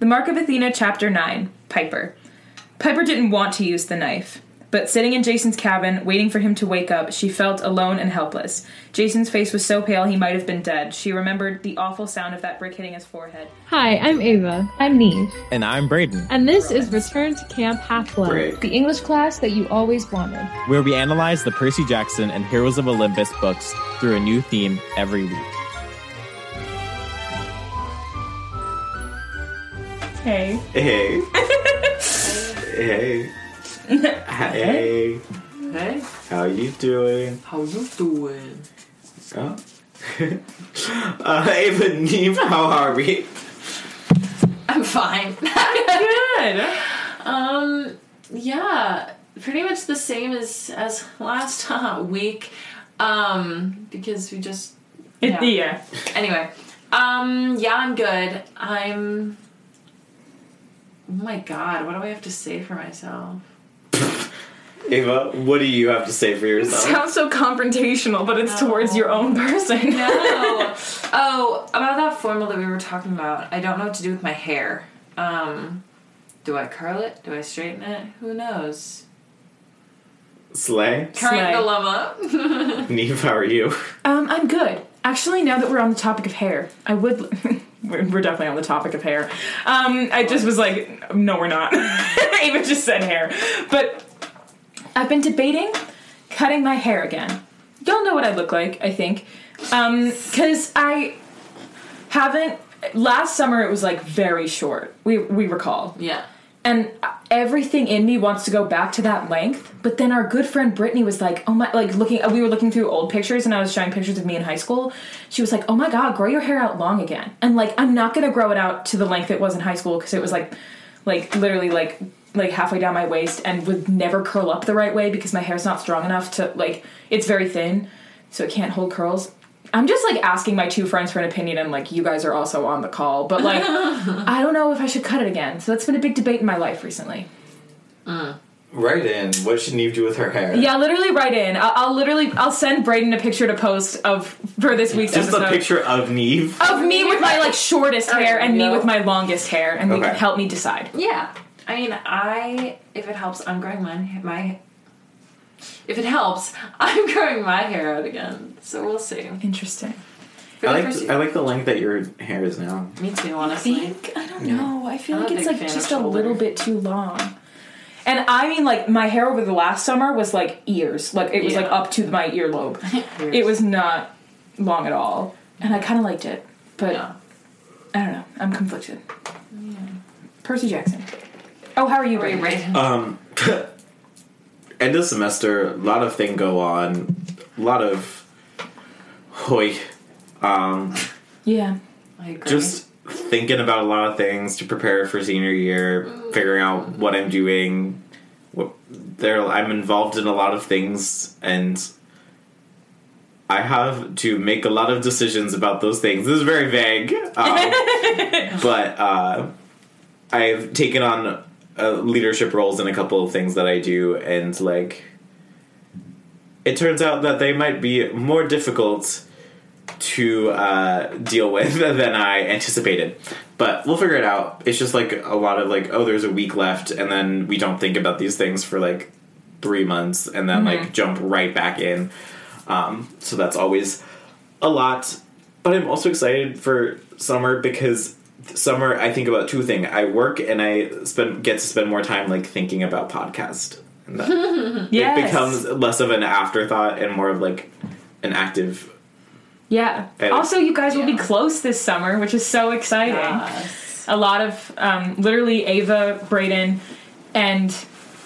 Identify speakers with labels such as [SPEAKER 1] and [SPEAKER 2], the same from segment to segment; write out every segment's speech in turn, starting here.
[SPEAKER 1] The Mark of Athena, Chapter 9 Piper. Piper didn't want to use the knife, but sitting in Jason's cabin, waiting for him to wake up, she felt alone and helpless. Jason's face was so pale he might have been dead. She remembered the awful sound of that brick hitting his forehead.
[SPEAKER 2] Hi, I'm Ava. I'm Neve.
[SPEAKER 3] And I'm Braden,
[SPEAKER 2] And this is Return to Camp Half Blood,
[SPEAKER 4] Great.
[SPEAKER 2] the English class that you always wanted.
[SPEAKER 3] where we analyze the Percy Jackson and Heroes of Olympus books through a new theme every week.
[SPEAKER 1] Hey.
[SPEAKER 4] Hey. hey. Hey.
[SPEAKER 5] Hey,
[SPEAKER 4] How you doing?
[SPEAKER 5] how you doing?
[SPEAKER 4] Oh. uh, Ava Neve, how are we?
[SPEAKER 5] I'm fine.
[SPEAKER 1] Good.
[SPEAKER 5] um, yeah, pretty much the same as as last uh, week. Um, because we just
[SPEAKER 1] It, yeah.
[SPEAKER 5] Yeah. anyway. Um, yeah, I'm good. I'm. Oh my god, what do I have to say for myself?
[SPEAKER 4] Ava, what do you have to say for yourself?
[SPEAKER 1] Sounds so confrontational, but it's towards your own person.
[SPEAKER 5] No. oh, about that formal that we were talking about. I don't know what to do with my hair. Um, do I curl it? Do I straighten it? Who knows?
[SPEAKER 4] Slay.
[SPEAKER 5] Current
[SPEAKER 1] Slay.
[SPEAKER 5] dilemma.
[SPEAKER 4] Neve, how are you?
[SPEAKER 1] Um, I'm good. Actually, now that we're on the topic of hair, I would. we're we're definitely on the topic of hair. Um, I just was like, no, we're not. Ava just said hair. But I've been debating cutting my hair again. Y'all know what I look like, I think. Um, cause I haven't. Last summer it was like very short. We we recall.
[SPEAKER 5] Yeah.
[SPEAKER 1] and everything in me wants to go back to that length but then our good friend brittany was like oh my like looking we were looking through old pictures and i was showing pictures of me in high school she was like oh my god grow your hair out long again and like i'm not gonna grow it out to the length it was in high school because it was like like literally like like halfway down my waist and would never curl up the right way because my hair's not strong enough to like it's very thin so it can't hold curls i'm just like asking my two friends for an opinion and like you guys are also on the call but like I don't know if I should cut it again. So that's been a big debate in my life recently.
[SPEAKER 4] Right in. What should Neve do with her hair?
[SPEAKER 1] Yeah, literally write in. I'll, I'll literally I'll send Braden a picture to post of for this week's
[SPEAKER 4] Just
[SPEAKER 1] episode
[SPEAKER 4] a picture of Neve.
[SPEAKER 1] of me with my like shortest hair and me
[SPEAKER 5] Yeah.
[SPEAKER 1] with my longest hair, and you
[SPEAKER 4] Okay.
[SPEAKER 1] can help me decide.
[SPEAKER 5] Yeah. I mean, I if it helps, I'm growing my my. If it helps, I'm growing my hair out again. So we'll see.
[SPEAKER 1] Interesting.
[SPEAKER 5] For the
[SPEAKER 4] I
[SPEAKER 5] first-
[SPEAKER 4] like I like the length that your hair is now.
[SPEAKER 5] Me too,
[SPEAKER 1] I
[SPEAKER 5] honestly.
[SPEAKER 1] think I don't know. I feel
[SPEAKER 5] I'm
[SPEAKER 1] like
[SPEAKER 5] a
[SPEAKER 1] it's
[SPEAKER 5] big
[SPEAKER 1] like
[SPEAKER 5] fan of
[SPEAKER 1] just a
[SPEAKER 5] shoulders.
[SPEAKER 1] little bit too long. And I mean, like my hair over the last summer was like ears, like it was
[SPEAKER 5] Yeah.
[SPEAKER 1] like up to my earlobe. it was not long at all, and I kind of liked it, but
[SPEAKER 5] Yeah.
[SPEAKER 1] I don't know. I'm conflicted. Percy Jackson. Oh, how are you,
[SPEAKER 5] Wait,
[SPEAKER 1] Brady?
[SPEAKER 5] wait.
[SPEAKER 4] Um, end of semester, a lot of thing go on, a lot of hoy. Um,
[SPEAKER 1] Yeah.
[SPEAKER 5] I agree.
[SPEAKER 4] just thinking about a lot of things to prepare for senior year, figuring out what I'm doing. What there, I'm involved in a lot of things, and I have to make a lot of decisions about those things. This is very vague, um, but uh, I've taken on uh, leadership roles in a couple of things that I do, and like. It turns out that they might be more difficult to uh, deal with than I anticipated. But we'll figure it out. It's just like a lot of like, oh, there's a week left, and then we don't think about these things for like three months, and then like jump right back in. Um, so that's always a lot. But I'm also excited for summer because summer I think about two things. I work and I spend get to spend more time like thinking about podcast. And that,
[SPEAKER 1] Yes.
[SPEAKER 4] It becomes less of an afterthought and more of like an active
[SPEAKER 1] Yeah.
[SPEAKER 4] Hey.
[SPEAKER 1] Also, you guys will be
[SPEAKER 5] Yeah.
[SPEAKER 1] close this summer, which is so exciting.
[SPEAKER 5] Yes.
[SPEAKER 1] A lot of um, literally Ava, Braden, and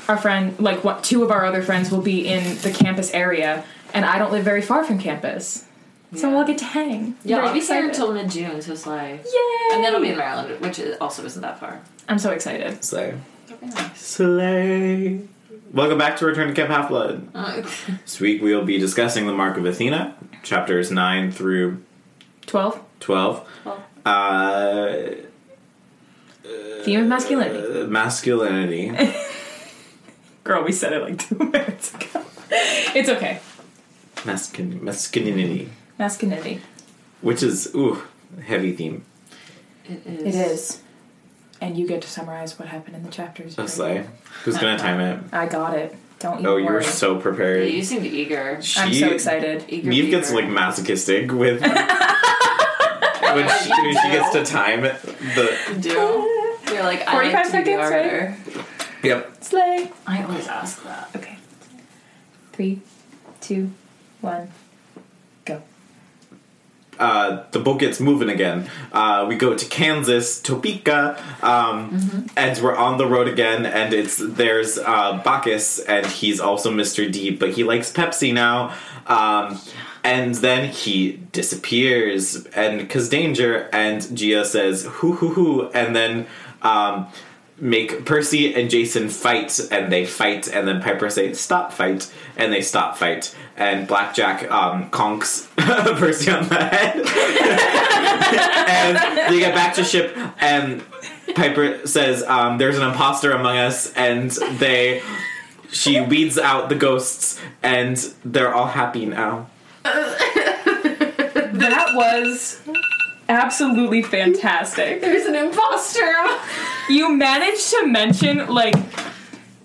[SPEAKER 1] our friend, like what, two of our other friends, will be in the campus area, and I don't live very far from campus, so
[SPEAKER 5] Yeah.
[SPEAKER 1] we'll get to hang.
[SPEAKER 5] Yeah,
[SPEAKER 1] Very
[SPEAKER 5] I'll be here
[SPEAKER 1] excited.
[SPEAKER 5] until mid June, so it's like.
[SPEAKER 1] Yay!
[SPEAKER 5] And then I'll be in Maryland, which is also isn't that far.
[SPEAKER 1] I'm so excited.
[SPEAKER 4] so
[SPEAKER 5] That'd be nice.
[SPEAKER 4] Slay. Welcome back to Return to Camp Half Blood.
[SPEAKER 5] Uh,
[SPEAKER 4] This week we'll be discussing the Mark of Athena, chapters 9 through
[SPEAKER 1] Twelve.
[SPEAKER 4] 12.
[SPEAKER 5] well,
[SPEAKER 4] Uh,
[SPEAKER 1] Theme of masculinity.
[SPEAKER 4] masculinity.
[SPEAKER 1] Girl, we said it like two minutes ago. It's okay.
[SPEAKER 4] Mascul- masculinity.
[SPEAKER 1] Masculinity.
[SPEAKER 4] Which is, ooh, heavy theme.
[SPEAKER 5] it
[SPEAKER 1] It
[SPEAKER 5] is.
[SPEAKER 1] is. and you get to summarize what happened in the chapters.
[SPEAKER 4] I was like, who's gonna time it?
[SPEAKER 1] I got it. Don't you
[SPEAKER 4] Oh,
[SPEAKER 1] worry.
[SPEAKER 4] you were so
[SPEAKER 5] Yeah,
[SPEAKER 4] prepared.
[SPEAKER 5] you seemed eager.
[SPEAKER 1] I'm
[SPEAKER 4] She-
[SPEAKER 1] so excited.
[SPEAKER 5] Eager
[SPEAKER 4] Neve gets
[SPEAKER 5] beaver.
[SPEAKER 4] like masochistic with when, she, when she gets to time the.
[SPEAKER 5] You do. You're like, I
[SPEAKER 1] 45
[SPEAKER 5] like to be
[SPEAKER 1] seconds,
[SPEAKER 5] the
[SPEAKER 1] right?
[SPEAKER 5] arbiter.
[SPEAKER 4] Yep.
[SPEAKER 1] Slay.
[SPEAKER 5] I always ask that.
[SPEAKER 1] Okay. Three, two, one, go.
[SPEAKER 4] Uh, the boat gets moving again. Uh, we go to Kansas, Topeka, um, and we're on the road again. And it's there's uh, Bacchus, and he's also Mr. D, but he likes Pepsi now. Um, and then he disappears, and cause danger. And Gia says, "Hoo hoo hoo!" And then. Um, make Percy and Jason fight, and they fight, and then Piper say stop fight, and they stop fight, and Blackjack um, conks Percy on the head, and they get back to ship, and Piper says um, there's an imposter among us, and they she weeds out the ghosts, and they're all happy now.
[SPEAKER 1] That was absolutely fantastic.
[SPEAKER 5] There's an imposter.
[SPEAKER 1] You managed to mention like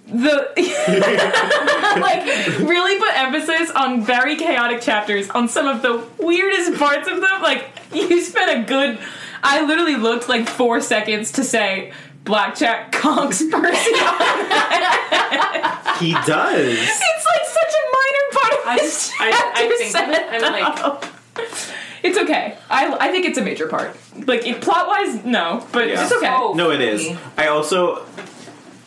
[SPEAKER 1] the like really put emphasis on very chaotic chapters on some of the weirdest parts of them. Like you spent a good I literally looked like four seconds to say Blackjack conks Percy.
[SPEAKER 4] He does.
[SPEAKER 1] it's like such a minor part of
[SPEAKER 5] I
[SPEAKER 1] this
[SPEAKER 5] just, I, I
[SPEAKER 1] chapter
[SPEAKER 5] think of it. I'm like,
[SPEAKER 1] It's okay. I, I think it's a major part. Like it, plot wise, no, but
[SPEAKER 4] Yeah.
[SPEAKER 1] it's okay.
[SPEAKER 5] So-
[SPEAKER 4] No, it is. I also.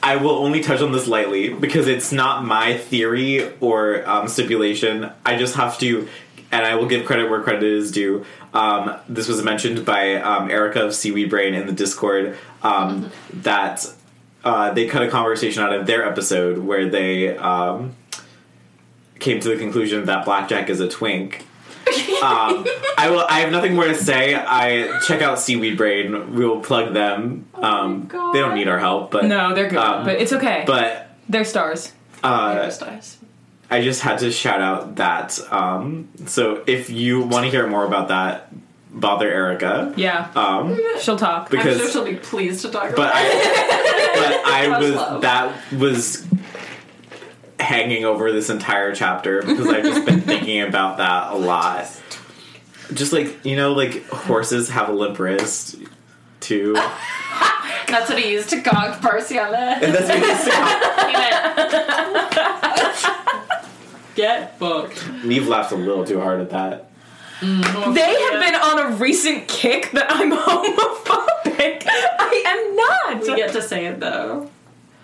[SPEAKER 4] I will only touch on this lightly because it's not my theory or um, stipulation. I just have to, and I will give credit where credit is due. Um, this was mentioned by um, Erica of Seaweed Brain in the Discord um, that uh, they cut a conversation out of their episode where they um, came to the conclusion that Blackjack is a twink. Um, I will. I have nothing more to say. I check out Seaweed Brain. We will plug them. Um,
[SPEAKER 5] God.
[SPEAKER 4] they don't need our help, but
[SPEAKER 1] No, they're good,
[SPEAKER 4] Um,
[SPEAKER 1] but it's okay.
[SPEAKER 4] But
[SPEAKER 1] they're stars.
[SPEAKER 4] uh,
[SPEAKER 5] stars.
[SPEAKER 4] I just had to shout out that. Um, so if you want to hear more about that, bother Erica.
[SPEAKER 1] Yeah,
[SPEAKER 4] Um,
[SPEAKER 1] she'll talk.
[SPEAKER 4] because
[SPEAKER 5] I'm sure she'll be pleased to
[SPEAKER 4] but
[SPEAKER 5] talk about
[SPEAKER 4] I, but I
[SPEAKER 5] Much
[SPEAKER 4] was
[SPEAKER 5] love.
[SPEAKER 4] that was hanging over this entire chapter because I've just been thinking about that a lot. Just like you know, like horses have a limp wrist too,
[SPEAKER 5] it. That's what he used to conk Percy on the
[SPEAKER 4] and that's because
[SPEAKER 5] He went,
[SPEAKER 1] Get booked.
[SPEAKER 4] Neve laughed a little too hard at that.
[SPEAKER 1] They have been on a recent kick that I'm homophobic. I am
[SPEAKER 5] We
[SPEAKER 1] not.
[SPEAKER 5] get to say it though.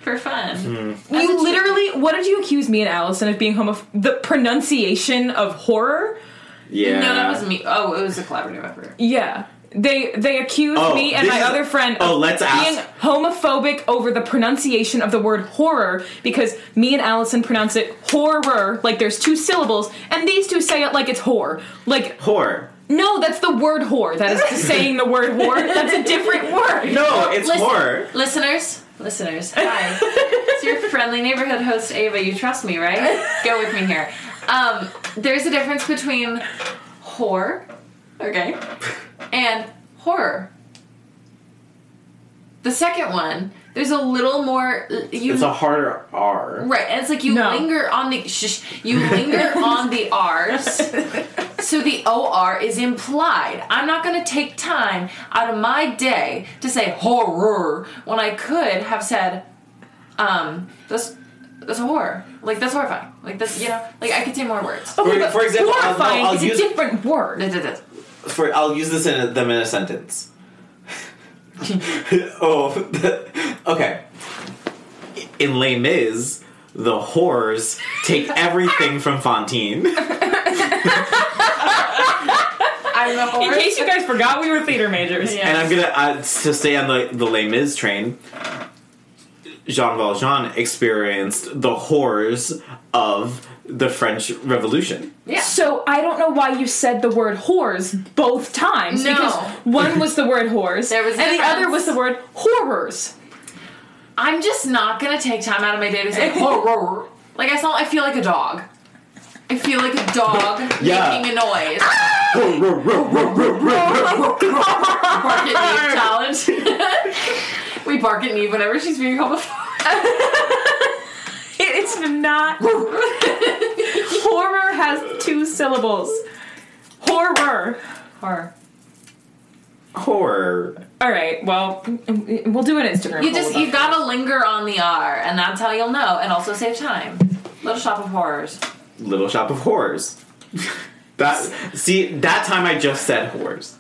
[SPEAKER 5] For fun.
[SPEAKER 4] Hmm.
[SPEAKER 1] You literally, what did you accuse me and Allison of being homo? The pronunciation of horror.
[SPEAKER 4] Yeah,
[SPEAKER 5] No, that was me. Oh, it was a collaborative effort.
[SPEAKER 1] Yeah. They they accused
[SPEAKER 4] Oh,
[SPEAKER 1] me and
[SPEAKER 4] this
[SPEAKER 1] my
[SPEAKER 4] is-
[SPEAKER 1] other friend
[SPEAKER 4] oh,
[SPEAKER 1] of
[SPEAKER 4] let's
[SPEAKER 1] being
[SPEAKER 4] ask-
[SPEAKER 1] homophobic over the pronunciation of the word horror because me and Allison pronounce it horror like there's two syllables and these two say it like it's whore. Like
[SPEAKER 4] whore.
[SPEAKER 1] no, that's the word whore. That is just saying the word whore. That's a different word.
[SPEAKER 4] No, it's
[SPEAKER 5] Listen-
[SPEAKER 4] whore.
[SPEAKER 5] Listeners, listeners, hi. it's your friendly neighborhood host, Ava. You trust me, right? Go with me here. Um, there's a difference between whore, okay, and horror. The second one, there's a little more. You
[SPEAKER 4] It's a harder R.
[SPEAKER 5] Right, and it's like you
[SPEAKER 1] No.
[SPEAKER 5] linger on the shush, you linger on the R's. So the OR is implied. I'm not going to take time out of my day to say horror when I could have said um that's that's a horror. Like that's horrifying. Like that's you know, like I could say more words.
[SPEAKER 1] Okay,
[SPEAKER 4] For-
[SPEAKER 1] but
[SPEAKER 4] for example, I'll- no,
[SPEAKER 1] horrifying
[SPEAKER 4] I'll
[SPEAKER 1] is
[SPEAKER 4] use-
[SPEAKER 1] a different word.
[SPEAKER 5] Duh, duh, duh.
[SPEAKER 4] for I'll use this in a, them in a sentence. oh, okay. In Les Mis, the whores take everything from Fontaine.
[SPEAKER 5] I'm a
[SPEAKER 1] In
[SPEAKER 5] horror.
[SPEAKER 1] case you guys forgot, we were theater majors.
[SPEAKER 5] Yeah.
[SPEAKER 4] And I'm gonna uh, to stay on the the Les Mis train. Jean Valjean experienced the horrors of the French Revolution.
[SPEAKER 5] yeah.
[SPEAKER 1] So I don't know why you said the word whores both times
[SPEAKER 5] No.
[SPEAKER 1] because one was the word whores
[SPEAKER 5] There was a
[SPEAKER 1] and the other
[SPEAKER 5] difference.
[SPEAKER 1] was the word horrors.
[SPEAKER 5] I'm just not gonna take time out of my day to say horror. Like I sound, I feel like a dog. I feel like a dog
[SPEAKER 4] Yeah.
[SPEAKER 5] making a noise. bark at me, challenge. We bark at Neve whenever she's being called a
[SPEAKER 1] it's not. Horror has two syllables. Horror.
[SPEAKER 5] Horror.
[SPEAKER 4] Horror.
[SPEAKER 1] All right. Well, we'll do an Instagram.
[SPEAKER 5] You
[SPEAKER 1] poll
[SPEAKER 5] just
[SPEAKER 1] about
[SPEAKER 5] you gotta linger on the R, and that's how you'll know, and also save time. Little Shop of Horrors.
[SPEAKER 4] Little Shop of Horrors. that see that time I just said horrors.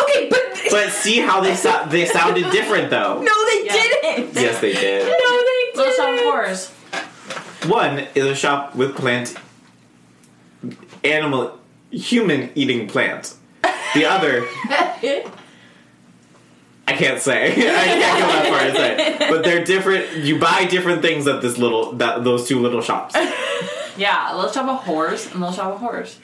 [SPEAKER 1] Okay, but,
[SPEAKER 4] But see how they so- they sounded different though.
[SPEAKER 1] no, they
[SPEAKER 5] Yeah.
[SPEAKER 1] didn't.
[SPEAKER 4] Yes, they did.
[SPEAKER 1] No, they didn't.
[SPEAKER 5] Little Shop of Horrors.
[SPEAKER 4] One is a shop with plant animal human eating plant. The other I can't say. I can't go that far to say. But they're different you buy different things at this little that those two little shops.
[SPEAKER 5] yeah, Little Shop of Horrors and Little Shop of Horrors.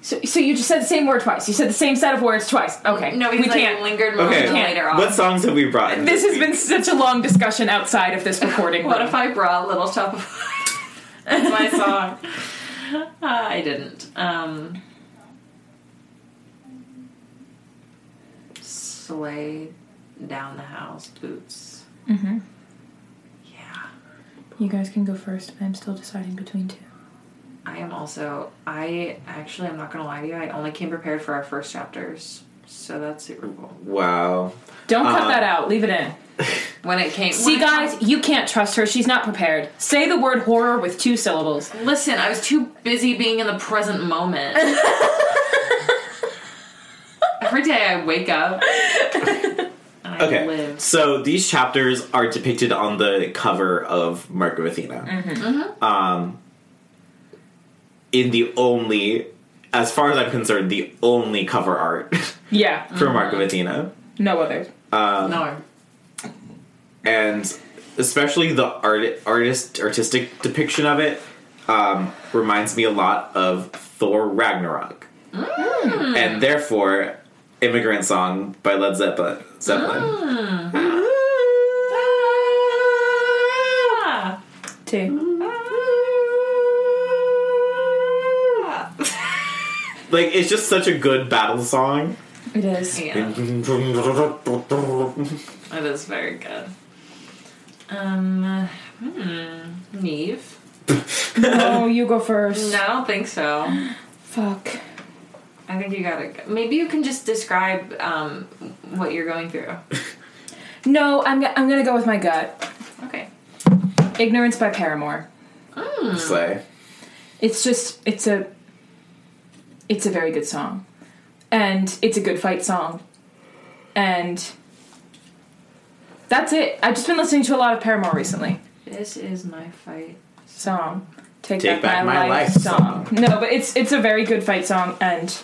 [SPEAKER 1] So, so you just said the same word twice. You said the same set of words twice. Okay.
[SPEAKER 5] No,
[SPEAKER 1] we
[SPEAKER 5] because I
[SPEAKER 1] can't.
[SPEAKER 5] lingered more
[SPEAKER 4] Okay.
[SPEAKER 5] until later on.
[SPEAKER 4] What songs have we brought?
[SPEAKER 1] This has
[SPEAKER 4] week?
[SPEAKER 1] been such a long discussion outside of this recording.
[SPEAKER 5] What
[SPEAKER 1] room.
[SPEAKER 5] if I brought Little Shop of Horrors? That's my song. I didn't. Um, slay down the house boots. Mm-hmm. Yeah.
[SPEAKER 1] you guys can go first. I'm still deciding between two.
[SPEAKER 5] I am also. I actually, I'm not gonna lie to you. I only came prepared for our first chapters, so that's super cool.
[SPEAKER 4] Wow.
[SPEAKER 1] Don't cut
[SPEAKER 4] Uh,
[SPEAKER 1] that out. Leave it in.
[SPEAKER 5] When it came,
[SPEAKER 1] See,
[SPEAKER 5] when it
[SPEAKER 1] guys, you can't trust her. She's not prepared. Say the word horror with two syllables.
[SPEAKER 5] come- listen. I was too busy being in the present moment. Every day I wake up. And I
[SPEAKER 4] Okay.
[SPEAKER 5] Live.
[SPEAKER 4] So these chapters are depicted on the cover of Mark of Athena.
[SPEAKER 5] Mm-hmm.
[SPEAKER 4] Um, in the only, as far as I'm concerned, the only cover art
[SPEAKER 1] Yeah.
[SPEAKER 4] for Mark of Athena.
[SPEAKER 1] No others.
[SPEAKER 5] No.
[SPEAKER 4] And especially the art, artist artistic depiction of it um, reminds me a lot of Thor Ragnarok. And therefore, Immigrant Song by Led Zeppelin. Zeppelin.
[SPEAKER 5] Mm. Ah.
[SPEAKER 1] Two.
[SPEAKER 4] Like, it's just such a good battle song.
[SPEAKER 1] It is.
[SPEAKER 5] yeah,
[SPEAKER 4] I
[SPEAKER 5] that is very good. Um, hmm. Neve.
[SPEAKER 1] No, Oh, you go first.
[SPEAKER 5] No, I don't think so.
[SPEAKER 1] Fuck.
[SPEAKER 5] I think you gotta. go- Maybe you can just describe um, what you're going through.
[SPEAKER 1] No, I'm, g- I'm gonna go with my gut.
[SPEAKER 5] Okay.
[SPEAKER 1] Ignorance by Paramore.
[SPEAKER 4] Slay.
[SPEAKER 1] It's just, it's a, it's a very good song. And it's a good fight song. And that's it. I've just been listening to a lot of Paramore recently.
[SPEAKER 5] This is my fight.
[SPEAKER 1] song. Take,
[SPEAKER 4] Take Back My Life song.
[SPEAKER 1] No, but it's it's a very good fight song, and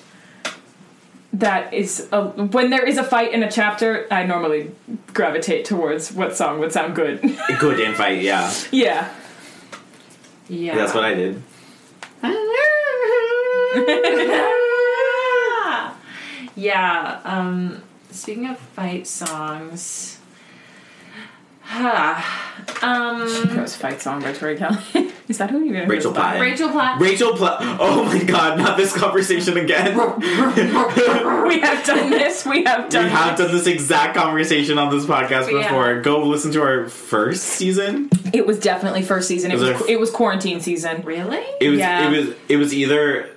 [SPEAKER 1] that is a, when there is a fight in a chapter, I normally gravitate towards what song would sound good.
[SPEAKER 4] Good invite, yeah.
[SPEAKER 1] yeah,
[SPEAKER 5] Yeah.
[SPEAKER 4] That's what I did.
[SPEAKER 5] yeah. Um, speaking of fight songs. Huh. Um,
[SPEAKER 1] goes fight song by Tori Kelly. is that who you're gonna
[SPEAKER 4] Rachel Platten.
[SPEAKER 5] Rachel Platt.
[SPEAKER 4] Rachel Platten. Oh my god, not this conversation again.
[SPEAKER 1] We have done this. We have
[SPEAKER 4] We
[SPEAKER 1] done.
[SPEAKER 4] have done this exact conversation on this podcast
[SPEAKER 5] Yeah.
[SPEAKER 4] before. Go listen to our first season.
[SPEAKER 1] It was definitely first season. It
[SPEAKER 4] Was
[SPEAKER 1] was
[SPEAKER 4] there-
[SPEAKER 1] it was quarantine season.
[SPEAKER 5] really?
[SPEAKER 4] It was
[SPEAKER 1] Yeah.
[SPEAKER 4] it was it was either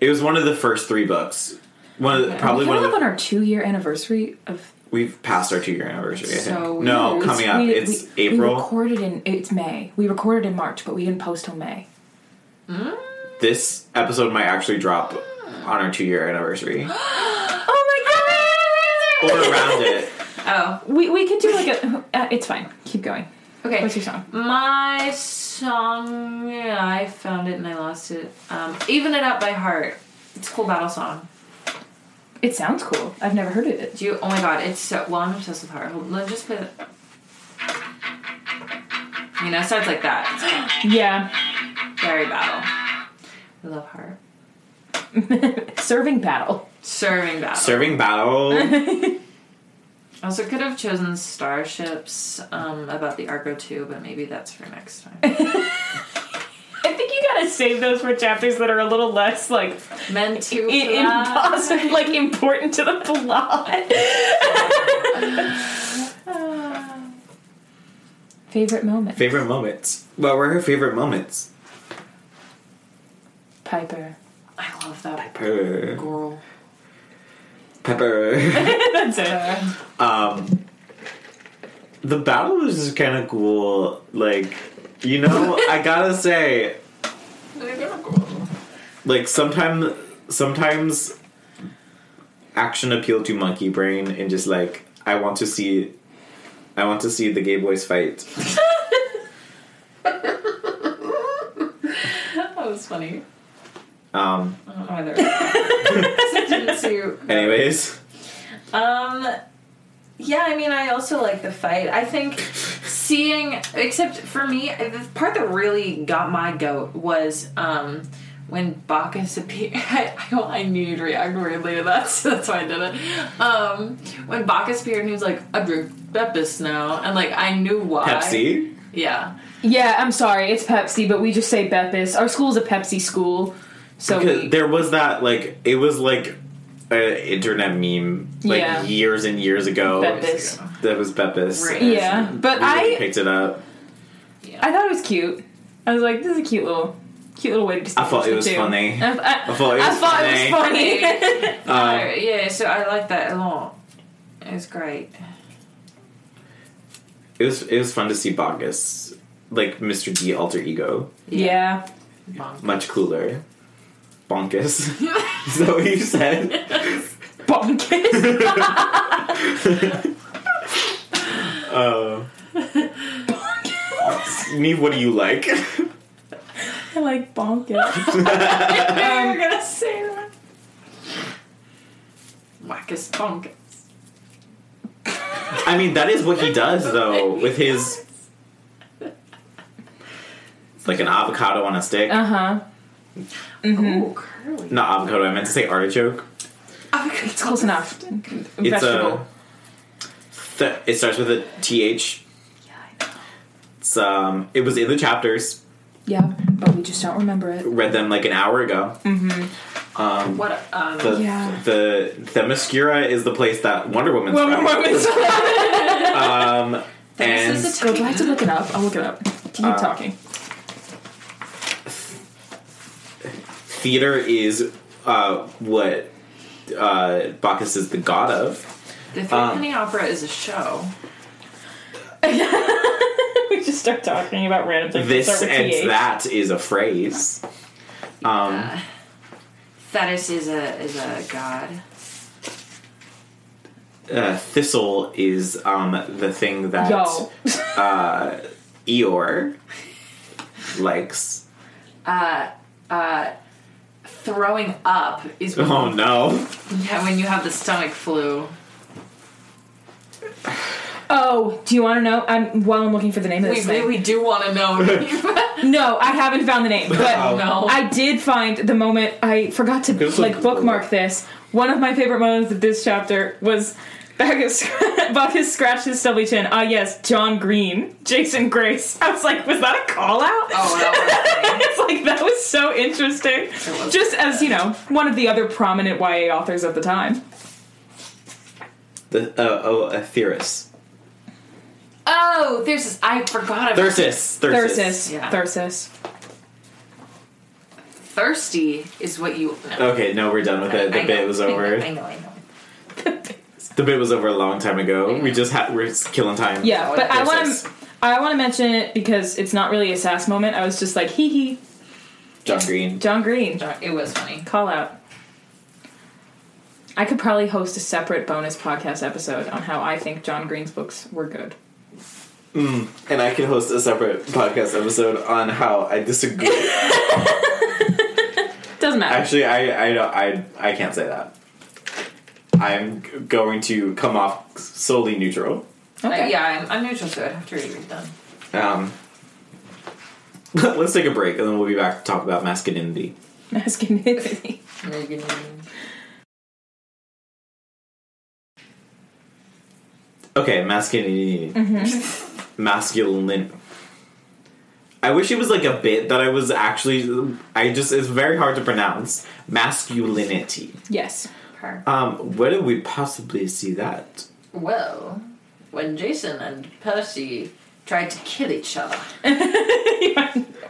[SPEAKER 4] it was one of the first three books. One of the, probably
[SPEAKER 1] We're
[SPEAKER 4] one of
[SPEAKER 1] coming up
[SPEAKER 4] the
[SPEAKER 1] on our two year anniversary of.
[SPEAKER 4] we've passed our two year anniversary. I think.
[SPEAKER 5] So
[SPEAKER 4] no,
[SPEAKER 5] weird.
[SPEAKER 4] coming up
[SPEAKER 1] we-
[SPEAKER 4] it's
[SPEAKER 1] we-
[SPEAKER 4] April.
[SPEAKER 1] We recorded in it's May. We recorded in March, but we didn't post till May.
[SPEAKER 5] Hmm?
[SPEAKER 4] this episode might actually drop on our two year anniversary or
[SPEAKER 1] Oh my god!
[SPEAKER 4] around it.
[SPEAKER 5] Oh.
[SPEAKER 1] We, we could do like a. Uh, it's fine. Keep going.
[SPEAKER 5] Okay.
[SPEAKER 1] What's your song?
[SPEAKER 5] My song, yeah, I found it and I lost it. Um, Even It Up by Heart. It's a cool battle song.
[SPEAKER 1] It sounds cool. I've never heard of it.
[SPEAKER 5] Do you? Oh my god, it's so. Well, I'm obsessed with Heart. Hold, let me just play it. You know, it starts like that.
[SPEAKER 1] Yeah.
[SPEAKER 5] Very battle. I love Heart.
[SPEAKER 1] Serving battle.
[SPEAKER 5] Serving battle.
[SPEAKER 4] Serving battle.
[SPEAKER 5] also, could have chosen Starships um, about the Argo 2, but maybe that's for next time.
[SPEAKER 1] I think you gotta I save those for chapters that are a little less like
[SPEAKER 5] meant to.
[SPEAKER 1] i-
[SPEAKER 5] fly.
[SPEAKER 1] impossible, like important to the plot. Favorite moment,
[SPEAKER 4] Favorite moments. What were her favorite moments?
[SPEAKER 1] Piper.
[SPEAKER 5] I love that
[SPEAKER 4] Pepper.
[SPEAKER 5] girl.
[SPEAKER 4] Pepper.
[SPEAKER 1] That's it.
[SPEAKER 4] um, the battle was just kind of cool. Like, you know, I gotta say, like sometimes, sometimes action appealed to monkey brain and just like I want to see, I want to see the gay boys fight.
[SPEAKER 5] That was funny.
[SPEAKER 4] Um,
[SPEAKER 5] I don't know why there was suit.
[SPEAKER 4] anyways,
[SPEAKER 5] Um, yeah, I mean, I also like the fight. I think seeing, except for me, the part that really got my goat was um, when Bacchus appeared. I, I, I knew you'd react weirdly to that, so that's why I did it. Um, when Bacchus appeared and he was like, I drink Pepsis now, and like, I knew why.
[SPEAKER 4] Pepsi.
[SPEAKER 5] Yeah.
[SPEAKER 1] Yeah, I'm sorry, it's Pepsi, but we just say Bepis. Our school's a Pepsi school, so
[SPEAKER 4] Because
[SPEAKER 1] we,
[SPEAKER 4] there was that like it was like an internet meme like
[SPEAKER 1] Yeah.
[SPEAKER 4] years and years ago.
[SPEAKER 1] Pepis.
[SPEAKER 4] That was Pepis.
[SPEAKER 5] Right.
[SPEAKER 1] Yeah, but
[SPEAKER 4] We really
[SPEAKER 1] I
[SPEAKER 4] picked it up.
[SPEAKER 1] I thought it was cute. I was like, this is a cute little, cute little way to distinguish
[SPEAKER 4] thought it
[SPEAKER 1] the
[SPEAKER 4] was
[SPEAKER 1] two.
[SPEAKER 4] funny.
[SPEAKER 1] I, I-
[SPEAKER 4] I thought it
[SPEAKER 1] I
[SPEAKER 4] was
[SPEAKER 1] thought it was funny.
[SPEAKER 4] Um,
[SPEAKER 5] Uh, yeah, so I like that a lot. It was great.
[SPEAKER 4] it was it was fun to see Bogus, like Mr. D alter ego,
[SPEAKER 1] yeah,
[SPEAKER 4] much cooler. Bonkus. Is that what you said?
[SPEAKER 1] bonkers.
[SPEAKER 4] Uh, Neve, what do you like?
[SPEAKER 1] I like bonkers.
[SPEAKER 5] I
[SPEAKER 1] Um,
[SPEAKER 5] knew you were gonna say that. Wackus bonkus.
[SPEAKER 4] I mean, that is what he does though with his. It's like an avocado on a stick.
[SPEAKER 1] Uh huh. Mm-hmm.
[SPEAKER 5] Ooh, curly.
[SPEAKER 4] Not avocado. I meant to say artichoke.
[SPEAKER 1] It's uh, close enough.
[SPEAKER 4] It's
[SPEAKER 1] Vegetable.
[SPEAKER 4] a. Th- it starts with a th. It's, um, it was in the chapters.
[SPEAKER 1] yeah, but we just don't remember it.
[SPEAKER 4] Read them like an hour ago.
[SPEAKER 5] What? Um,
[SPEAKER 4] The
[SPEAKER 1] Yeah.
[SPEAKER 4] the Themyscira is the place that Wonder Woman's from. Um, and
[SPEAKER 5] this is a
[SPEAKER 1] Go, do I
[SPEAKER 5] tiny-
[SPEAKER 1] have to look it up? I'll look it up. Keep
[SPEAKER 4] Uh,
[SPEAKER 1] talking.
[SPEAKER 4] theater is uh, what uh, Bacchus is the god of.
[SPEAKER 5] The Three
[SPEAKER 4] um,
[SPEAKER 5] Penny Opera is a show.
[SPEAKER 1] we just start talking about random things. that
[SPEAKER 4] This
[SPEAKER 1] start with
[SPEAKER 4] and
[SPEAKER 1] TH.
[SPEAKER 4] that is a phrase. Um,
[SPEAKER 5] Uh, Thetis is a is a god.
[SPEAKER 4] uh, thistle is um, the thing that
[SPEAKER 1] Yo.
[SPEAKER 4] uh, Eeyore likes.
[SPEAKER 5] Uh, uh, throwing up is when,
[SPEAKER 4] Oh no.
[SPEAKER 5] yeah, when you have the stomach flu.
[SPEAKER 1] Oh, do you want to know? I'm while I'm looking for the name of
[SPEAKER 5] We
[SPEAKER 1] this thing.
[SPEAKER 5] really do want to know.
[SPEAKER 1] No, I haven't found the name, but
[SPEAKER 4] Oh,
[SPEAKER 5] no.
[SPEAKER 1] I did find the moment I forgot to
[SPEAKER 4] This
[SPEAKER 1] like
[SPEAKER 4] is-
[SPEAKER 1] bookmark this. One of my favorite moments of this chapter was Bacchus, Bacchus scratched his stubby chin. Ah, yes, John Green, Jason Grace. I was like, was that a call out?
[SPEAKER 5] oh, that
[SPEAKER 1] it's like that was so interesting.
[SPEAKER 5] was.
[SPEAKER 1] Just as you know, one of the other prominent YA authors of the time.
[SPEAKER 4] The, uh, oh, a Theris.
[SPEAKER 5] was- oh, there's this. I forgot about
[SPEAKER 4] Thyrsis. Thyrsis.
[SPEAKER 1] Thursis,
[SPEAKER 5] Yeah.
[SPEAKER 1] Thursis.
[SPEAKER 5] thirsty. Is what you. No.
[SPEAKER 4] Okay, no, we're done with it. Oh, The
[SPEAKER 5] I
[SPEAKER 4] bit
[SPEAKER 5] know,
[SPEAKER 4] was
[SPEAKER 5] I know,
[SPEAKER 4] over.
[SPEAKER 5] I know. I know.
[SPEAKER 4] The bit was over a long time ago. We just had we're just killing time.
[SPEAKER 1] Yeah,
[SPEAKER 5] Oh,
[SPEAKER 1] but I want
[SPEAKER 4] Thyrsis.
[SPEAKER 1] to. I want to mention it because it's not really a sass moment. I was just like, hee hee,
[SPEAKER 4] John Green.
[SPEAKER 1] John Green.
[SPEAKER 5] It was funny.
[SPEAKER 1] Call out. I could probably host a separate bonus podcast episode on how I think John Green's books were good.
[SPEAKER 4] And I can host a separate podcast episode on how I disagree.
[SPEAKER 1] Doesn't matter.
[SPEAKER 4] Actually, I I don't, I I can't say that. I'm g- going to come off solely neutral.
[SPEAKER 1] okay.
[SPEAKER 5] Uh, yeah, I'm, I'm neutral, so I'd have to reread them.
[SPEAKER 4] Um, let's take a break, and then we'll be back to talk about masculinity.
[SPEAKER 1] Masculinity.
[SPEAKER 4] Okay, masculinity. Masculine. I wish it was like a bit that I was actually. I just it's very hard to pronounce masculinity.
[SPEAKER 1] Yes.
[SPEAKER 5] Her.
[SPEAKER 4] Um, where did we possibly see that?
[SPEAKER 5] Well, when Jason and Percy tried to kill each other.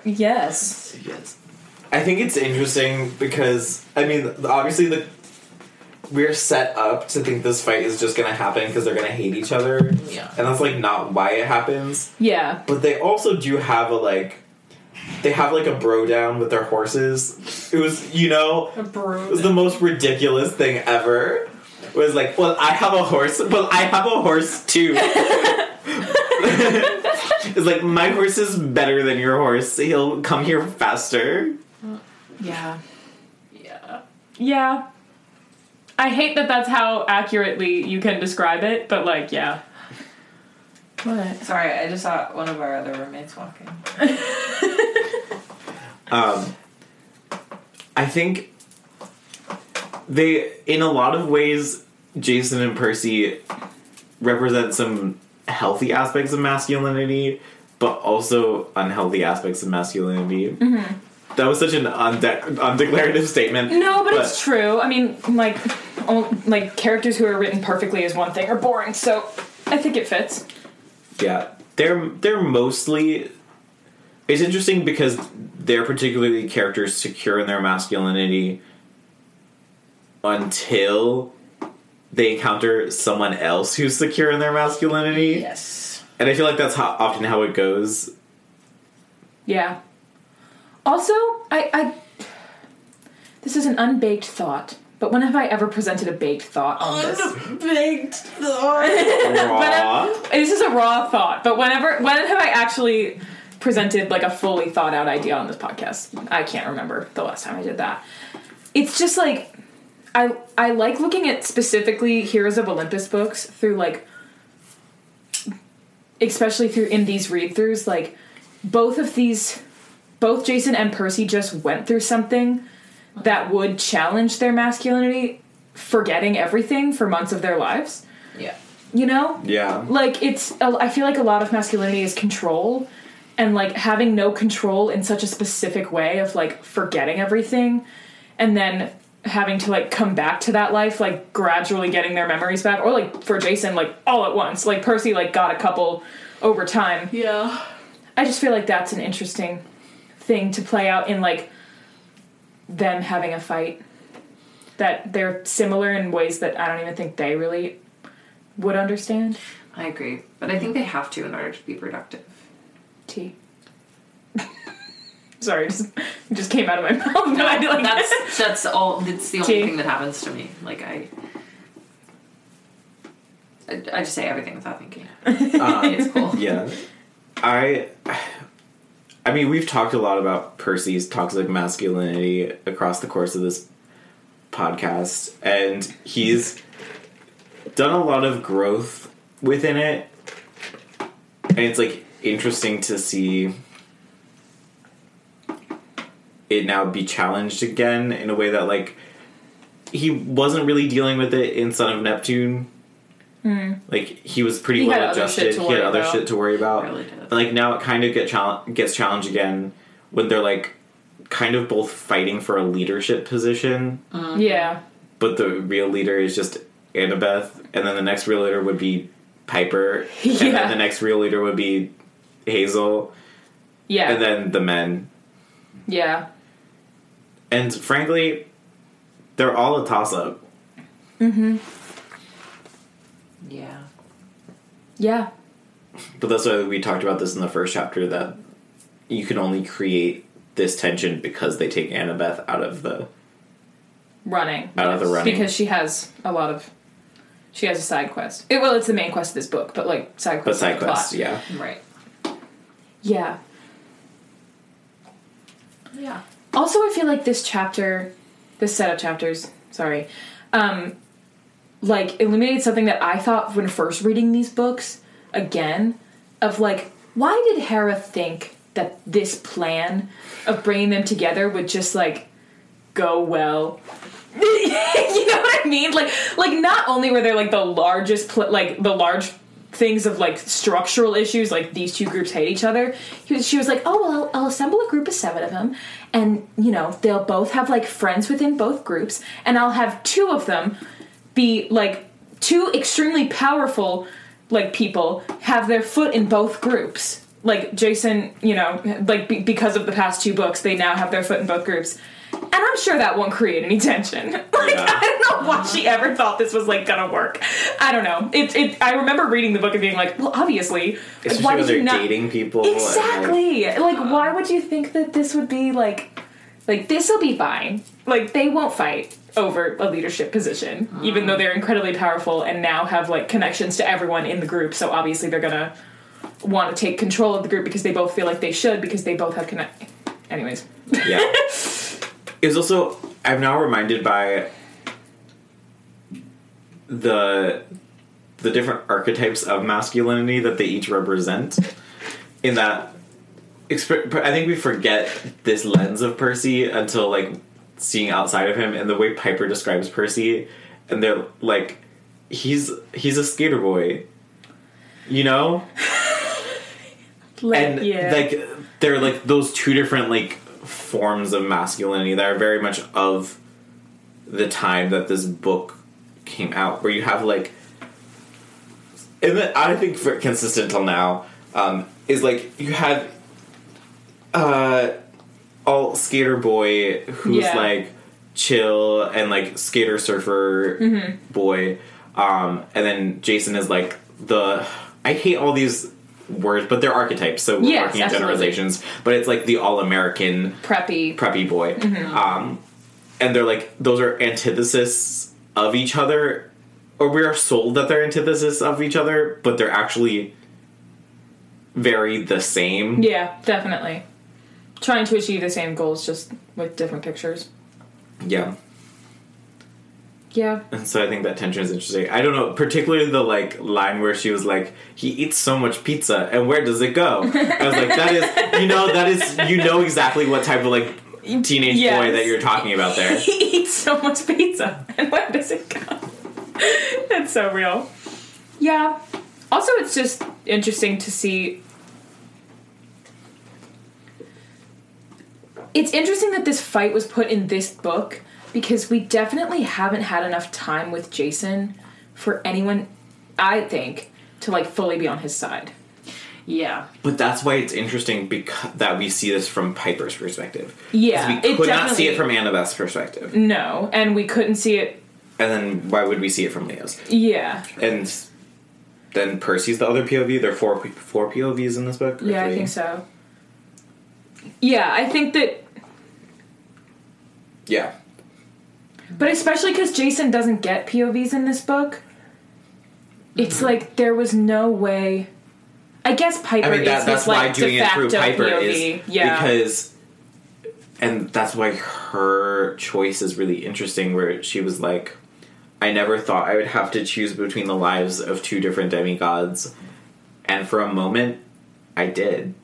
[SPEAKER 1] Yes.
[SPEAKER 4] Yes. I think it's interesting because I mean, obviously the we're set up to think this fight is just gonna happen because they're gonna hate each other.
[SPEAKER 5] Yeah.
[SPEAKER 4] And that's like not why it happens.
[SPEAKER 1] Yeah.
[SPEAKER 4] But they also do have a like they have like a bro down with their horses. It was you know it was the most ridiculous thing ever. It was like, well I have a horse well I have a horse too. it's like my horse is better than your horse. He'll come here faster.
[SPEAKER 1] Yeah.
[SPEAKER 5] Yeah.
[SPEAKER 1] Yeah. I hate that that's how accurately you can describe it, but like, yeah. What?
[SPEAKER 5] Sorry, I just saw one of our other roommates walking.
[SPEAKER 4] um, I think they, in a lot of ways, Jason and Percy represent some healthy aspects of masculinity, but also unhealthy aspects of masculinity.
[SPEAKER 1] Mm-hmm.
[SPEAKER 4] That was such an unde- undeclarative statement.
[SPEAKER 1] No, but, it's true. I mean, like, all, like characters who are written perfectly is one thing are boring, so I think it fits.
[SPEAKER 4] Yeah, they're they're mostly. It's interesting because they're particularly characters secure in their masculinity until they encounter someone else who's secure in their masculinity,
[SPEAKER 5] Yes.
[SPEAKER 4] and I feel like that's how, often how it goes.
[SPEAKER 1] Yeah. Also, I, I this is an unbaked thought, but when have I ever presented a baked thought on this?
[SPEAKER 4] Raw.
[SPEAKER 1] This is a raw thought, but whenever when have I actually presented like a fully thought out idea on this podcast? I can't remember the last time I did that. It's just like I I like looking at specifically Heroes of Olympus books through like especially through in these read-throughs like both of these both Jason and Percy just went through something that would challenge their masculinity, forgetting everything for months of their lives,
[SPEAKER 5] Yeah.
[SPEAKER 1] you know?
[SPEAKER 4] yeah,
[SPEAKER 1] like it's i feel like a lot of masculinity is control and like having no control in such a specific way of like forgetting everything and then having to like come back to that life like gradually getting their memories back or like for jason like all at once like percy like got a couple over time
[SPEAKER 5] Yeah.
[SPEAKER 1] i just feel like that's an interesting thing to play out in like them having a fight that they're similar in ways that i don't even think they really would understand
[SPEAKER 5] I agree. But I think they have to in order to be productive.
[SPEAKER 1] Tea. Sorry, just just came out of my mouth. but I like
[SPEAKER 5] that's that's all. That's the only
[SPEAKER 1] Tea.
[SPEAKER 5] thing that happens to me. Like I, I, I just say everything without thinking. it's cool.
[SPEAKER 4] yeah. I, I mean, we've talked a lot about Percy's toxic masculinity across the course of this podcast, and he's done a lot of growth within it, and it's like interesting to see it now be challenged again in a way that like he wasn't really dealing with it in Son of Neptune. Like he was pretty
[SPEAKER 1] Hmm. He had
[SPEAKER 4] well
[SPEAKER 1] other shit
[SPEAKER 4] adjusted.
[SPEAKER 1] to
[SPEAKER 4] He had
[SPEAKER 1] worry
[SPEAKER 4] other
[SPEAKER 1] about.
[SPEAKER 4] shit to worry about.
[SPEAKER 5] Really did.
[SPEAKER 4] But, like now, it kind of get chal- gets challenged again when they're like kind of both fighting for a leadership position,
[SPEAKER 1] yeah,
[SPEAKER 4] but the real leader is just Annabeth, and then the next real leader would be Piper, and
[SPEAKER 1] Yeah.
[SPEAKER 4] then the next real leader would be Hazel,
[SPEAKER 1] yeah,
[SPEAKER 4] and then the men.
[SPEAKER 1] yeah,
[SPEAKER 4] And frankly, they're all a toss up.
[SPEAKER 5] Yeah.
[SPEAKER 1] yeah,
[SPEAKER 4] But that's why we talked about this in the first chapter that you can only create this tension because they take Annabeth out of the
[SPEAKER 1] running
[SPEAKER 4] out of the running.
[SPEAKER 1] because she has a lot of she has a side quest. It, well, it's the main quest of this book, but like side
[SPEAKER 4] but
[SPEAKER 1] quest,
[SPEAKER 4] side quest, yeah.
[SPEAKER 5] Right.
[SPEAKER 1] yeah.
[SPEAKER 5] Yeah.
[SPEAKER 1] Also, I feel like this chapter, this set of chapters, sorry, um, like illuminated something that I thought when first reading these books again of like, why did Hera think that this plan of bringing them together would just like go well? you know what I mean? Like, like not only were they like the largest, pl- like the large things of like structural issues, like these two groups hate each other. He was, she was like, "Oh well, I'll, I'll assemble a group of seven of them, and you know they'll both have like friends within both groups, and I'll have two of them be like two extremely powerful like people have their foot in both groups. Like Jason, you know, like be- because of the past two books, they now have their foot in both groups." And I'm sure that won't create any tension. Like
[SPEAKER 4] Yeah.
[SPEAKER 1] I don't know why she ever thought this was like gonna work. I don't know. It, it I remember reading the book and being like, well, obviously, like,
[SPEAKER 4] Especially
[SPEAKER 1] why
[SPEAKER 4] when
[SPEAKER 1] did you
[SPEAKER 4] they're
[SPEAKER 1] not
[SPEAKER 4] dating people. and, like,
[SPEAKER 1] exactly? like,
[SPEAKER 4] Uh.
[SPEAKER 1] why would you think that this would be like, like this will be fine? Like they won't fight over a leadership position, even though they're incredibly powerful and now have like connections to everyone in the group. So obviously they're gonna want to take control of the group because they both feel like they should because they both have connect. Anyways,
[SPEAKER 4] yeah. It was also I'm now reminded by the the different archetypes of masculinity that they each represent. In that, exp- I think we forget this lens of Percy until like seeing outside of him and the way Piper describes Percy, and they're like, he's he's a skater boy, you know
[SPEAKER 1] Like,
[SPEAKER 4] and like they're like those two different like forms of masculinity that are very much of the time that this book came out where you have like and then i think for consistent till now um is like you have uh all skater boy who's
[SPEAKER 1] Yeah.
[SPEAKER 4] like chill and like skater surfer boy um and then jason is like the i hate all these words but they're archetypes so we're
[SPEAKER 1] Yes,
[SPEAKER 4] working in
[SPEAKER 1] absolutely.
[SPEAKER 4] generalizations but it's like the all-american
[SPEAKER 1] preppy.
[SPEAKER 4] preppy boy.
[SPEAKER 1] Mm-hmm.
[SPEAKER 4] Um, and they're like, those are antithesis of each other, or we are sold that they're antithesis of each other, but they're actually very the same.
[SPEAKER 1] Yeah, definitely. Trying to achieve the same goals, just with different pictures.
[SPEAKER 4] Yeah.
[SPEAKER 1] Yeah.
[SPEAKER 4] And so I think that tension is interesting. I don't know, particularly the like line where she was like, "He eats so much pizza, and where does it go?" I was like, "That is, you know, that is, you know exactly what type of like teenage boy
[SPEAKER 1] Yes.
[SPEAKER 4] that you're talking about there."
[SPEAKER 1] he eats so much pizza, and where does it go? That's so real. Yeah. Also, it's just interesting to see. It's interesting that this fight was put in this book because we definitely haven't had enough time with Jason for anyone, I think, to like fully be on his side.
[SPEAKER 5] Yeah.
[SPEAKER 4] But that's why it's interesting because that we see this from Piper's perspective. 'Cause
[SPEAKER 1] Yeah,
[SPEAKER 4] we
[SPEAKER 1] it
[SPEAKER 4] could not see it
[SPEAKER 1] definitely-
[SPEAKER 4] from Annabeth's perspective,
[SPEAKER 1] No, and we couldn't see it.
[SPEAKER 4] and then why would we see it from Leo's?
[SPEAKER 1] Yeah,
[SPEAKER 4] And then Percy's the other POV. There are four P- four POVs in this book. or
[SPEAKER 1] yeah, I
[SPEAKER 4] three?
[SPEAKER 1] think so. Yeah, I think that,
[SPEAKER 4] Yeah,
[SPEAKER 1] but especially because Jason doesn't get POVs in this book, it's like there was no way. I guess Piper
[SPEAKER 4] I mean
[SPEAKER 1] is
[SPEAKER 4] that, that's
[SPEAKER 1] his, like,
[SPEAKER 4] why doing
[SPEAKER 1] de
[SPEAKER 4] it through
[SPEAKER 1] facto
[SPEAKER 4] Piper
[SPEAKER 1] POV.
[SPEAKER 4] is
[SPEAKER 1] yeah,
[SPEAKER 4] because, and that's why her choice is really interesting. Where she was like, "I never thought I would have to choose between the lives of two different demigods," and for a moment, I did.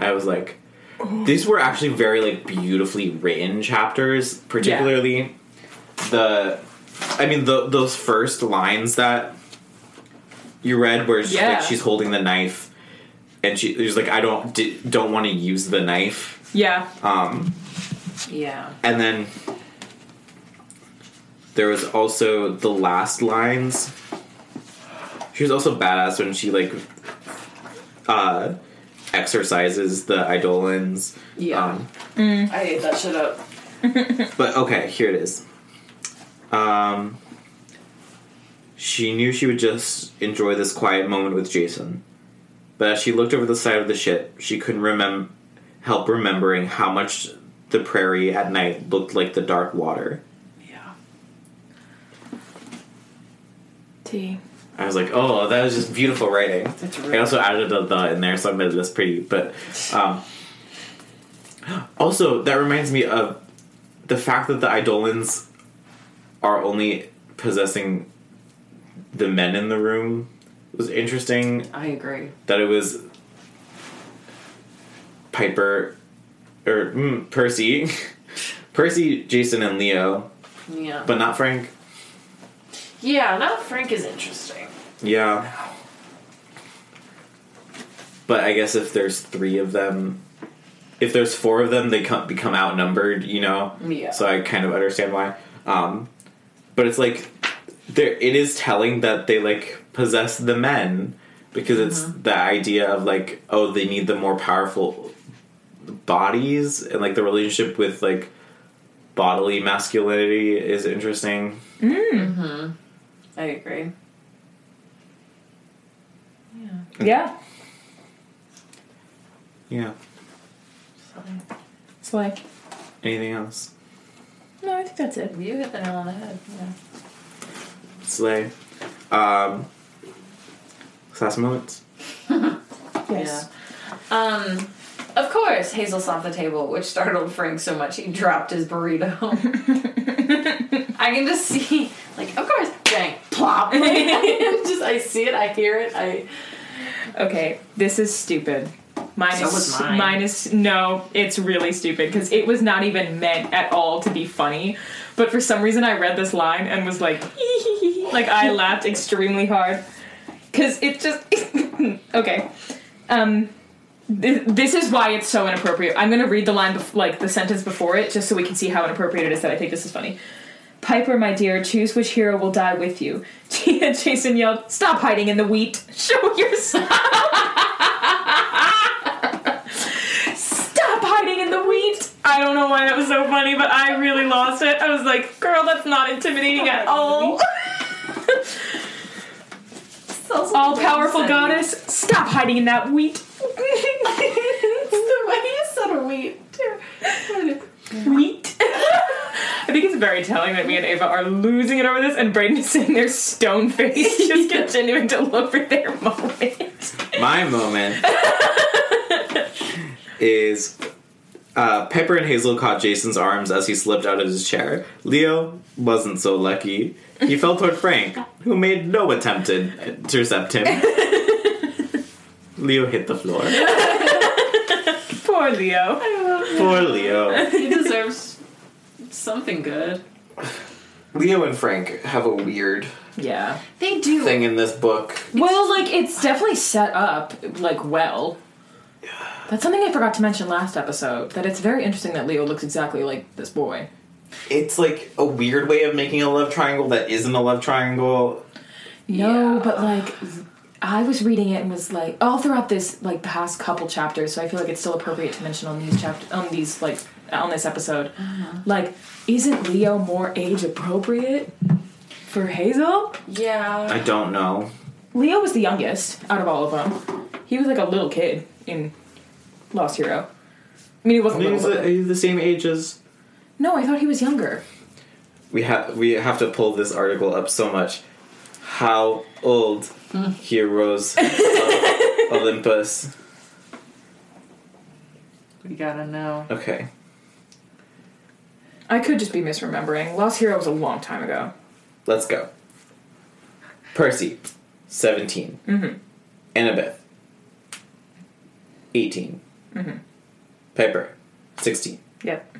[SPEAKER 4] I was like,
[SPEAKER 1] Oh.
[SPEAKER 4] these were actually very like beautifully written chapters, particularly the. I mean, the, those first lines that you read, where she's,
[SPEAKER 1] Yeah.
[SPEAKER 4] like she's holding the knife, and she, she's like, "I don't di- don't want to use the knife,"
[SPEAKER 1] yeah,
[SPEAKER 5] Yeah.
[SPEAKER 4] and then there was also the last lines. She was also badass when she like uh exercises the idolins.
[SPEAKER 5] Yeah.
[SPEAKER 4] Um,
[SPEAKER 5] I ate that shit up.
[SPEAKER 4] But okay, here it is. Um, she knew she would just enjoy this quiet moment with Jason, but as she looked over the side of the ship, she couldn't remem- help remembering how much the prairie at night looked like the dark water.
[SPEAKER 5] Yeah.
[SPEAKER 1] T.
[SPEAKER 4] I was like, oh, that was just beautiful writing.
[SPEAKER 5] That's
[SPEAKER 4] I
[SPEAKER 5] real.
[SPEAKER 4] also added a the in there, so I made this pretty. But um, also, that reminds me of the fact that the Idolins are only possessing the men in the room was interesting.
[SPEAKER 5] I agree.
[SPEAKER 4] That it was Piper or mm, Percy, Percy, Jason, and Leo,
[SPEAKER 5] Yeah.
[SPEAKER 4] but not Frank.
[SPEAKER 5] yeah, now Frank is interesting.
[SPEAKER 4] Yeah. But I guess if there's three of them, if there's four of them, they come, become outnumbered, you know?
[SPEAKER 5] Yeah.
[SPEAKER 4] So I kind of understand why. Um, but it's like, there it is telling that they like possess the men because it's the idea of like, oh, they need the more powerful bodies and like the relationship with like bodily masculinity is interesting.
[SPEAKER 5] I agree.
[SPEAKER 1] Yeah.
[SPEAKER 4] Yeah.
[SPEAKER 1] That's why.
[SPEAKER 4] Anything else?
[SPEAKER 1] No, I think that's it.
[SPEAKER 5] You hit the nail on the head. Yeah.
[SPEAKER 4] Slay. Um, last moments.
[SPEAKER 1] Yes.
[SPEAKER 5] Yeah. Um, of course, Hazel stomped the table, which startled Frank so much he dropped his burrito. I can just see, like, of course, bang, plop. just, I see it, I hear it, I.
[SPEAKER 1] Okay, this is stupid. Mine
[SPEAKER 5] So
[SPEAKER 1] is
[SPEAKER 5] was mine.
[SPEAKER 1] mine is no, it's really stupid because it was not even meant at all to be funny. But for some reason, I read this line and was like, like I laughed extremely hard because it just okay. Um, th- this is why it's so inappropriate. I'm gonna read the line, bef- like the sentence before it, just so we can see how inappropriate it is that I think this is funny. Piper, my dear, choose which hero will die with you. Jason yelled, Stop hiding in the wheat. Show yourself. Stop hiding in the wheat. I don't know why that was so funny, but I really lost it. I was like, girl, that's not intimidating at all. All powerful goddess, stop hiding in that wheat.
[SPEAKER 5] it's the way you said wheat, too.
[SPEAKER 1] wheat. I think it's very telling that me and Ava are losing it over this, and Brayden is sitting there stone faced, just continuing to look for their moment.
[SPEAKER 4] My moment is uh, Pepper and Hazel caught Jason's arms as he slipped out of his chair. Leo wasn't so lucky. He fell toward Frank, who made no attempt to intercept him. Leo hit the floor.
[SPEAKER 1] Poor Leo.
[SPEAKER 4] Poor Leo.
[SPEAKER 5] He deserves something good.
[SPEAKER 4] Leo and Frank have a weird
[SPEAKER 1] Yeah.
[SPEAKER 5] They do.
[SPEAKER 4] thing in this book.
[SPEAKER 1] Well, like it's definitely set up like well. That's something I forgot to mention last episode. That it's very interesting that Leo looks exactly like this boy.
[SPEAKER 4] It's like a weird way of making a love triangle that isn't a love triangle.
[SPEAKER 1] No,
[SPEAKER 5] Yeah.
[SPEAKER 1] but like I was reading it and was like all throughout this like past couple chapters, so I feel like it's still appropriate to mention on these chapter on these like on this episode. Like, isn't Leo more age appropriate for Hazel?
[SPEAKER 5] Yeah.
[SPEAKER 4] I don't know.
[SPEAKER 1] Leo was the youngest out of all of them. He was like a little kid in Lost Hero. I mean, he wasn't
[SPEAKER 4] Maybe
[SPEAKER 1] little.
[SPEAKER 4] he's the,
[SPEAKER 1] but-
[SPEAKER 4] he's the same age as
[SPEAKER 1] No, I thought he was younger.
[SPEAKER 4] we have we have to pull this article up so much. How old heroes of Olympus?
[SPEAKER 5] We gotta know.
[SPEAKER 4] Okay,
[SPEAKER 1] I could just be misremembering. Lost Hero was a long time ago.
[SPEAKER 4] let's go. Percy, 17 Annabeth, 18 Mm-hmm. Piper, sixteen.
[SPEAKER 1] Yep.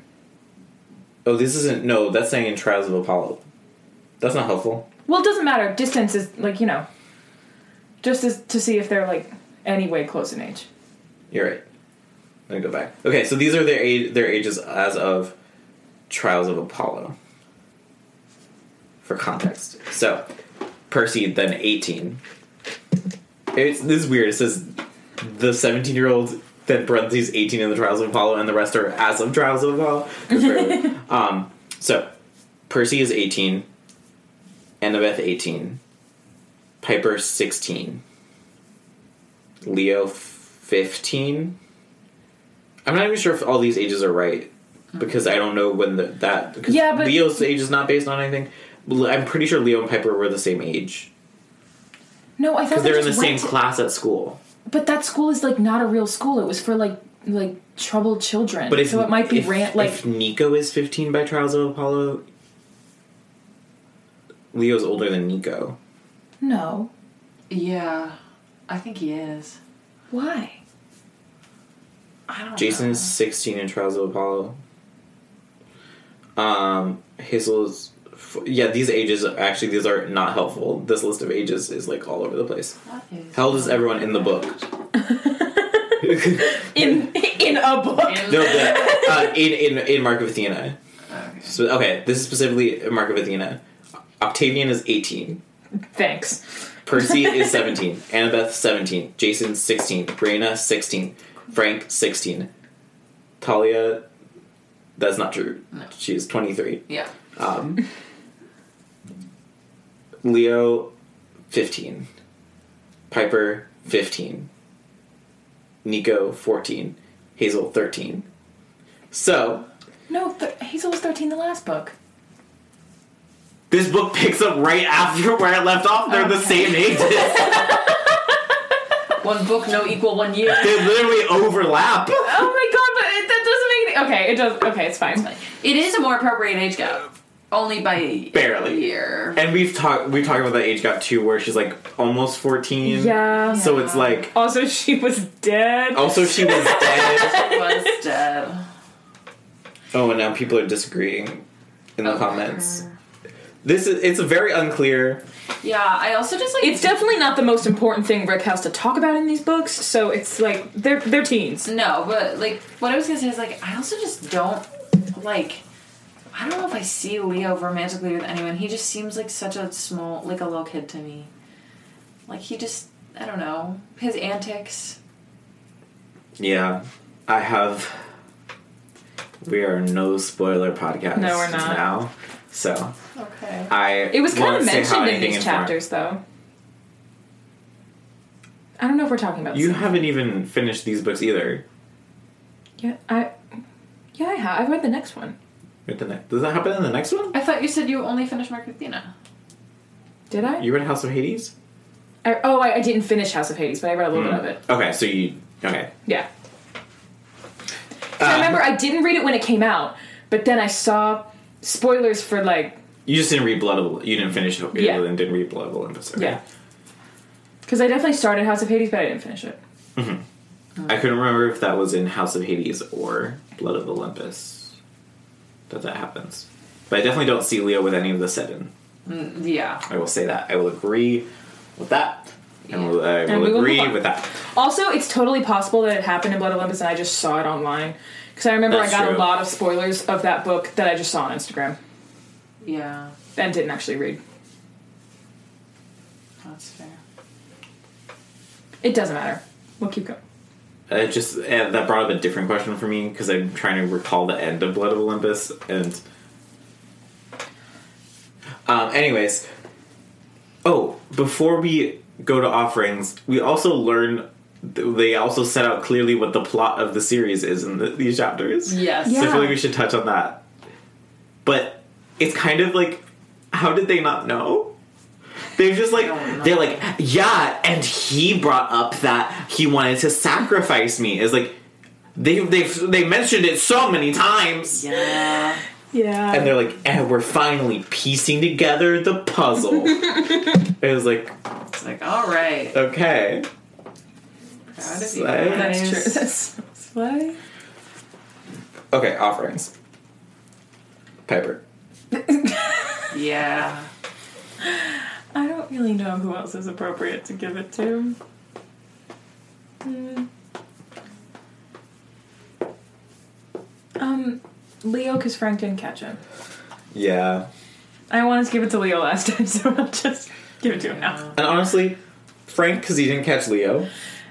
[SPEAKER 4] Oh, this isn't. No, that's saying in Trials of Apollo. That's not helpful.
[SPEAKER 1] Well, it doesn't matter. Distance is like you know, just as, to see if they're like any way close in age.
[SPEAKER 4] You're right. Let me go back. Okay, so these are their age, their ages as of Trials of Apollo. For context, so Percy then eighteen. It's this is weird. It says the seventeen year old then parentheses eighteen in the Trials of Apollo, and the rest are as of Trials of Apollo. It's very weird. um, so Percy is eighteen. Annabeth eighteen. Piper sixteen. Leo 15. I'm not even sure if all these ages are right because I don't know when the, that. Because
[SPEAKER 1] Yeah, but-
[SPEAKER 4] Leo's age is not based on anything. L- I'm pretty sure Leo and Piper were the same age
[SPEAKER 1] No, I thought
[SPEAKER 4] because they're
[SPEAKER 1] they
[SPEAKER 4] in the
[SPEAKER 1] just
[SPEAKER 4] same
[SPEAKER 1] went to-
[SPEAKER 4] class at school.
[SPEAKER 1] but that school is like not a real school. It was for like like troubled children.
[SPEAKER 4] But if,
[SPEAKER 1] so it might be
[SPEAKER 4] if,
[SPEAKER 1] rant like
[SPEAKER 4] if Nico is 15 by Trials of Apollo, Leo's older than Nico.
[SPEAKER 1] no.
[SPEAKER 5] Yeah. I think he is.
[SPEAKER 1] Why?
[SPEAKER 5] I don't
[SPEAKER 4] Jason
[SPEAKER 1] Uh-huh.
[SPEAKER 4] is 16 in Trials of Apollo. Um, Hazel is. f- Yeah, these ages actually these are not helpful. This list of ages is like all over the place.
[SPEAKER 5] know. That is-
[SPEAKER 4] How old is everyone in the book?
[SPEAKER 1] in in a book.
[SPEAKER 4] No, the, uh, in, in in Mark of Athena. So okay, this is specifically Mark of Athena. Octavian is eighteen.
[SPEAKER 1] Thanks.
[SPEAKER 4] Percy is seventeen. Annabeth seventeen. Jason sixteen. Raina sixteen. Frank sixteen. Talia, that's not true. She's twenty three.
[SPEAKER 5] Yeah.
[SPEAKER 4] Um, Leo, 15. Piper, 15. Nico, 14. Hazel, 13. So,
[SPEAKER 1] No, th- Hazel was thirteen the last book.
[SPEAKER 4] this book picks up right after where I left off. They're the same ages.
[SPEAKER 5] One book, no equal one year.
[SPEAKER 4] they literally overlap.
[SPEAKER 1] Oh my god, but it, that doesn't make any. Okay, it does. Okay, it's fine.
[SPEAKER 5] It is a more appropriate age gap, only by
[SPEAKER 4] Barely.
[SPEAKER 5] a year.
[SPEAKER 4] And we've talked we've talked about that age gap too, where she's like almost 14.
[SPEAKER 1] Yeah.
[SPEAKER 4] So it's like
[SPEAKER 1] Also, she was dead.
[SPEAKER 4] also she was dead.
[SPEAKER 5] was dead.
[SPEAKER 4] Oh, and now people are disagreeing in
[SPEAKER 1] Oh.
[SPEAKER 4] the comments. This is it's very unclear.
[SPEAKER 5] Yeah, I also just like
[SPEAKER 1] It's definitely not the most important thing Rick has to talk about in these books. So it's like they're they're teens.
[SPEAKER 5] No, but like what I was gonna say is like I also just don't like I don't know if I see Leo romantically with anyone. He just seems like such a small like a little kid to me. Like he just I don't know. His antics.
[SPEAKER 4] Yeah. I have we are no spoiler podcast
[SPEAKER 1] No, we're not.
[SPEAKER 4] now. So
[SPEAKER 5] Okay.
[SPEAKER 4] I
[SPEAKER 1] It was kind
[SPEAKER 4] won't
[SPEAKER 1] of
[SPEAKER 4] say how
[SPEAKER 1] mentioned in
[SPEAKER 4] anything
[SPEAKER 1] these
[SPEAKER 4] inform-
[SPEAKER 1] chapters, though. I don't know if we're talking about. the
[SPEAKER 4] You
[SPEAKER 1] same-
[SPEAKER 4] haven't even finished these books either.
[SPEAKER 1] Yeah, I. Yeah, I have. I've read the next one.
[SPEAKER 4] With the ne- Does that happen in the next one?
[SPEAKER 5] I thought you said you only finished Mark Athena.
[SPEAKER 1] Did I?
[SPEAKER 4] You read House of Hades?
[SPEAKER 1] I oh, I, I didn't finish House of Hades, but I read a little bit
[SPEAKER 4] Hmm.
[SPEAKER 1] of it.
[SPEAKER 4] Okay, so you okay.
[SPEAKER 1] Yeah. So
[SPEAKER 4] Um,
[SPEAKER 1] I remember I didn't read it when it came out, but then I saw spoilers for like
[SPEAKER 4] You just didn't read Blood of you didn't finish Hope
[SPEAKER 1] Yeah.
[SPEAKER 4] and didn't read Blood of Olympus. Okay.
[SPEAKER 1] yeah. Because I definitely started House of Hades, but I didn't finish it.
[SPEAKER 4] I couldn't remember if that was in House of Hades or Blood of Olympus that that happens. But I definitely don't see Leo with any of the Seven.
[SPEAKER 5] Yeah.
[SPEAKER 4] I will say that. I will agree with that. And we'll, I
[SPEAKER 1] And
[SPEAKER 4] will
[SPEAKER 1] we will
[SPEAKER 4] agree
[SPEAKER 1] move on.
[SPEAKER 4] with that.
[SPEAKER 1] Also, it's totally possible that it happened in Blood Olympus and I just saw it online. Because I remember
[SPEAKER 4] That's
[SPEAKER 1] I got a
[SPEAKER 4] true.
[SPEAKER 1] lot of spoilers of that book that I just saw on Instagram
[SPEAKER 5] Yeah.
[SPEAKER 1] and didn't actually read.
[SPEAKER 5] That's fair.
[SPEAKER 1] It doesn't matter. We'll keep going.
[SPEAKER 4] Uh, just uh, that brought up a different question for me because I'm trying to recall the end of Blood of Olympus and. Um, anyways, oh, before we go to offerings, we also learn th- they also set out clearly what the plot of the series is in the, these chapters.
[SPEAKER 5] Yes.
[SPEAKER 4] So I
[SPEAKER 1] Yeah.
[SPEAKER 4] feel like we should touch on that. But it's kind of like, how did they not know? They're just like,
[SPEAKER 5] don't know.
[SPEAKER 4] they're like, yeah, and he brought up that he wanted to sacrifice me. It's like, they, they've, they mentioned it so many times.
[SPEAKER 5] Yeah.
[SPEAKER 1] Yeah.
[SPEAKER 4] And they're like, and we're finally piecing together the puzzle. it was like,
[SPEAKER 5] It's like, all right.
[SPEAKER 4] okay.
[SPEAKER 5] Proud of you
[SPEAKER 4] Slay.
[SPEAKER 1] That's
[SPEAKER 5] guys.
[SPEAKER 1] true. That's why.
[SPEAKER 4] Okay, offerings. Piper.
[SPEAKER 5] Yeah.
[SPEAKER 1] I don't really know who else is appropriate to give it to. Hmm. Um, Leo, because Frank didn't catch him.
[SPEAKER 4] Yeah.
[SPEAKER 1] I wanted to give it to Leo last time, so I'll just give it to him now.
[SPEAKER 4] And honestly, Frank, because he didn't catch Leo,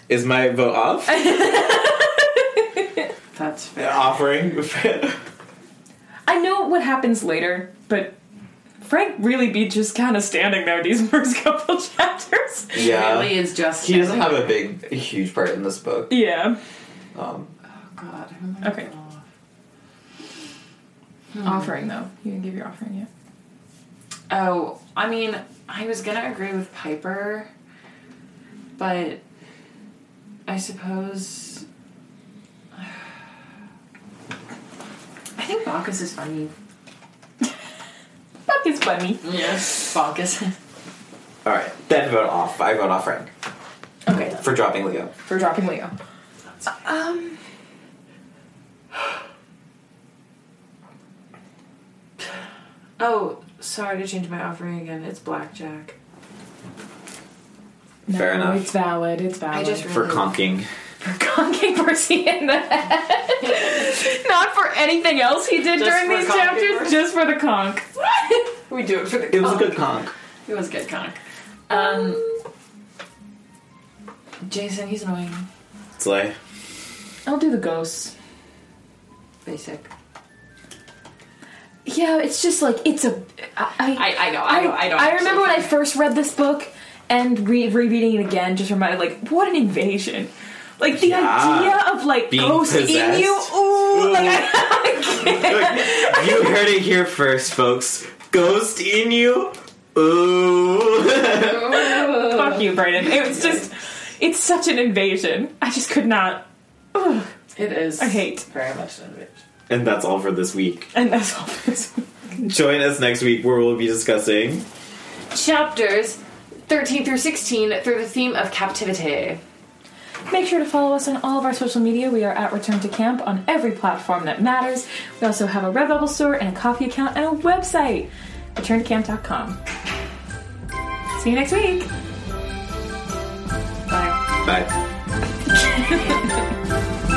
[SPEAKER 4] is my vote off.
[SPEAKER 5] That's fair.
[SPEAKER 4] offering.
[SPEAKER 1] I know what happens later, but Frank really be just kind of standing there these first couple chapters.
[SPEAKER 5] He really is just
[SPEAKER 4] He doesn't have a big, a huge part in this book.
[SPEAKER 1] Yeah.
[SPEAKER 4] Um,
[SPEAKER 5] Oh god, who am I
[SPEAKER 1] Okay.
[SPEAKER 5] gonna call?
[SPEAKER 1] Offering though, you can give your offering yet.
[SPEAKER 5] Oh, I mean, I was gonna agree with Piper, but I suppose I think Bacchus is funny.
[SPEAKER 1] Fuck is funny.
[SPEAKER 5] Yes, Bacchus.
[SPEAKER 4] all right, then vote off. I vote off Frank
[SPEAKER 1] Okay,
[SPEAKER 4] for dropping Leo.
[SPEAKER 1] for dropping Leo. Um.
[SPEAKER 5] oh, sorry to change my offering again. It's blackjack.
[SPEAKER 1] No,
[SPEAKER 4] Fair enough.
[SPEAKER 1] It's valid. It's valid.
[SPEAKER 5] I just
[SPEAKER 4] For conking.
[SPEAKER 1] for conking Percy in the head. Not for anything else he did
[SPEAKER 5] Just
[SPEAKER 1] during
[SPEAKER 5] for
[SPEAKER 1] these
[SPEAKER 5] conking
[SPEAKER 1] chapters,
[SPEAKER 5] Percy.
[SPEAKER 1] just for the conk.
[SPEAKER 5] we do it for the.
[SPEAKER 4] It was a
[SPEAKER 5] conk.
[SPEAKER 4] good conk.
[SPEAKER 5] It was a good conk. Um, Jason, he's annoying.
[SPEAKER 4] Slay.
[SPEAKER 1] I'll do the ghosts.
[SPEAKER 5] Basic.
[SPEAKER 1] Yeah, it's just like it's a. I
[SPEAKER 5] I, I know. I, know. I don't.
[SPEAKER 1] I remember when I first read this book and re- rereading it again just reminded like what an invasion. Like the
[SPEAKER 4] Yeah.
[SPEAKER 1] idea of like
[SPEAKER 4] Being
[SPEAKER 1] ghosts in you.
[SPEAKER 4] possessed.
[SPEAKER 1] Ooh, like I,
[SPEAKER 4] you heard it here first, folks. Ghost in you. Ooh.
[SPEAKER 1] fuck you, Brayden. It was just it's such an invasion. I just could not Ugh.
[SPEAKER 5] It is.
[SPEAKER 1] I hate.
[SPEAKER 5] very much an bitch.
[SPEAKER 4] and that's all for this week.
[SPEAKER 1] and that's all this
[SPEAKER 4] Join us next week where we'll be discussing
[SPEAKER 5] Chapters thirteen through sixteen through the theme of captivity.
[SPEAKER 1] Make sure to follow us on all of our social media. We are at Return to Camp on every platform that matters. We also have a Redbubble store and a coffee account and a website, returntocamp.com. See you next week.
[SPEAKER 5] Bye.
[SPEAKER 4] Bye.